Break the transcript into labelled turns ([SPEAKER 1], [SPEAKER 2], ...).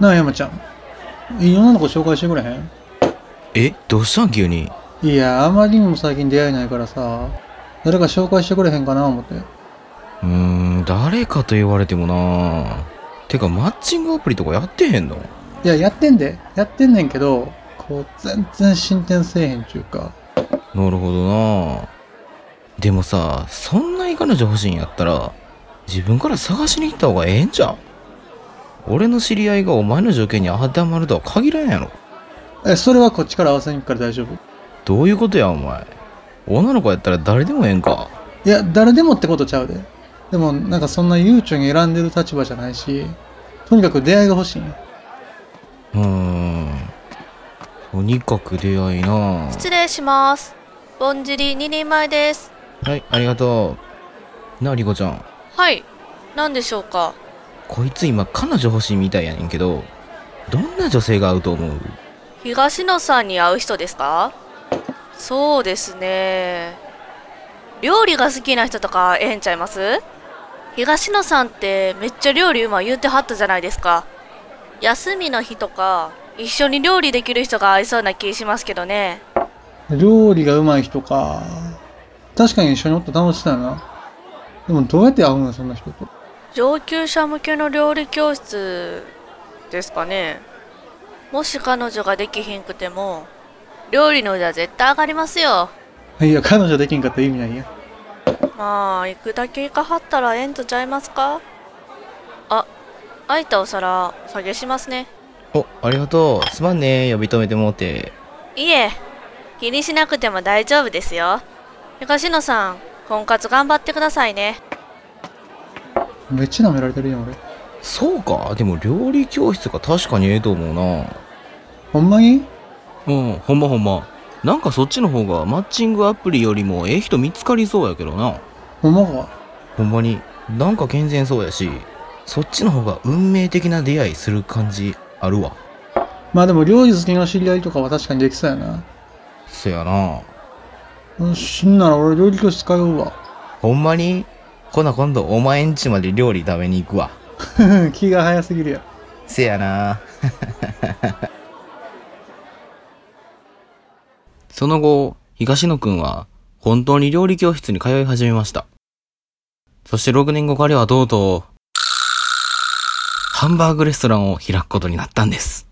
[SPEAKER 1] なあ山ちゃん女の子紹介してくれへん
[SPEAKER 2] えどうしたん急に
[SPEAKER 1] いやあまりにも最近出会えないからさ誰か紹介してくれへんかな思って
[SPEAKER 2] うーん誰かと言われてもなてかマッチングアプリとかやってへんの
[SPEAKER 1] いややってんでやってんねんけどこう全然進展せえへんちゅうか
[SPEAKER 2] なるほどなでもさそんなに彼女欲しいんやったら自分から探しに行った方がええんじゃん俺の知り合いがお前の条件に当てはまるとは限らんやろ
[SPEAKER 1] えそれはこっちから合わせに行くから大丈夫
[SPEAKER 2] どういうことやお前女の子やったら誰でもええんか
[SPEAKER 1] いや誰でもってことちゃうででもなんかそんな悠長に選んでる立場じゃないしとにかく出会いが欲しいねん
[SPEAKER 2] うーんとにかく出会いな
[SPEAKER 3] 失礼しますぼんじり2人前です
[SPEAKER 2] はいありがとうなあリコちゃん
[SPEAKER 3] はい何でしょうか
[SPEAKER 2] こいつ今彼女欲しいみたいやねんけどどんな女性が合うと思う
[SPEAKER 3] 東野さんに会う人ですかそうですね料理が好きな人とかええんちゃいます東野さんってめっちゃ料理うまい言うてはったじゃないですか休みの日とか一緒に料理できる人が合いそうな気しますけどね
[SPEAKER 1] 料理がうまい人か確かに一緒におったら楽しそうやなでもどうやって会うんやそんな人と
[SPEAKER 3] 上級者向けの料理教室ですかねもし彼女ができひんくても料理の腕は絶対上がりますよ
[SPEAKER 1] いや彼女できんかったら意味ないや
[SPEAKER 3] まあ行くだけ行かはったらええんとちゃいますかあ空いたお皿お下げしますね
[SPEAKER 2] おありがとうすまんね呼び止めてもうて
[SPEAKER 3] いえ気にしなくても大丈夫ですよ東野さん婚活頑張ってくださいね
[SPEAKER 1] めっちゃ舐められてるやん俺
[SPEAKER 2] そうかでも料理教室が確かにええと思うな
[SPEAKER 1] ほんまに
[SPEAKER 2] うんほんまほんまなんかそっちの方がマッチングアプリよりもええ人見つかりそうやけどな
[SPEAKER 1] ほんまか
[SPEAKER 2] ほんまになんか健全そうやしそっちの方が運命的な出会いする感じあるわ
[SPEAKER 1] まあでも料理好きの知り合いとかは確かにできそうやな
[SPEAKER 2] そやな
[SPEAKER 1] うん死んなら俺料理教室通うわ
[SPEAKER 2] ほんまにほな今度お前んちまで料理食べに行くわ
[SPEAKER 1] 気が早すぎるやん
[SPEAKER 2] せやな その後、東野くんは本当に料理教室に通い始めました。そして6年後彼はとうとう、ハンバーグレストランを開くことになったんです。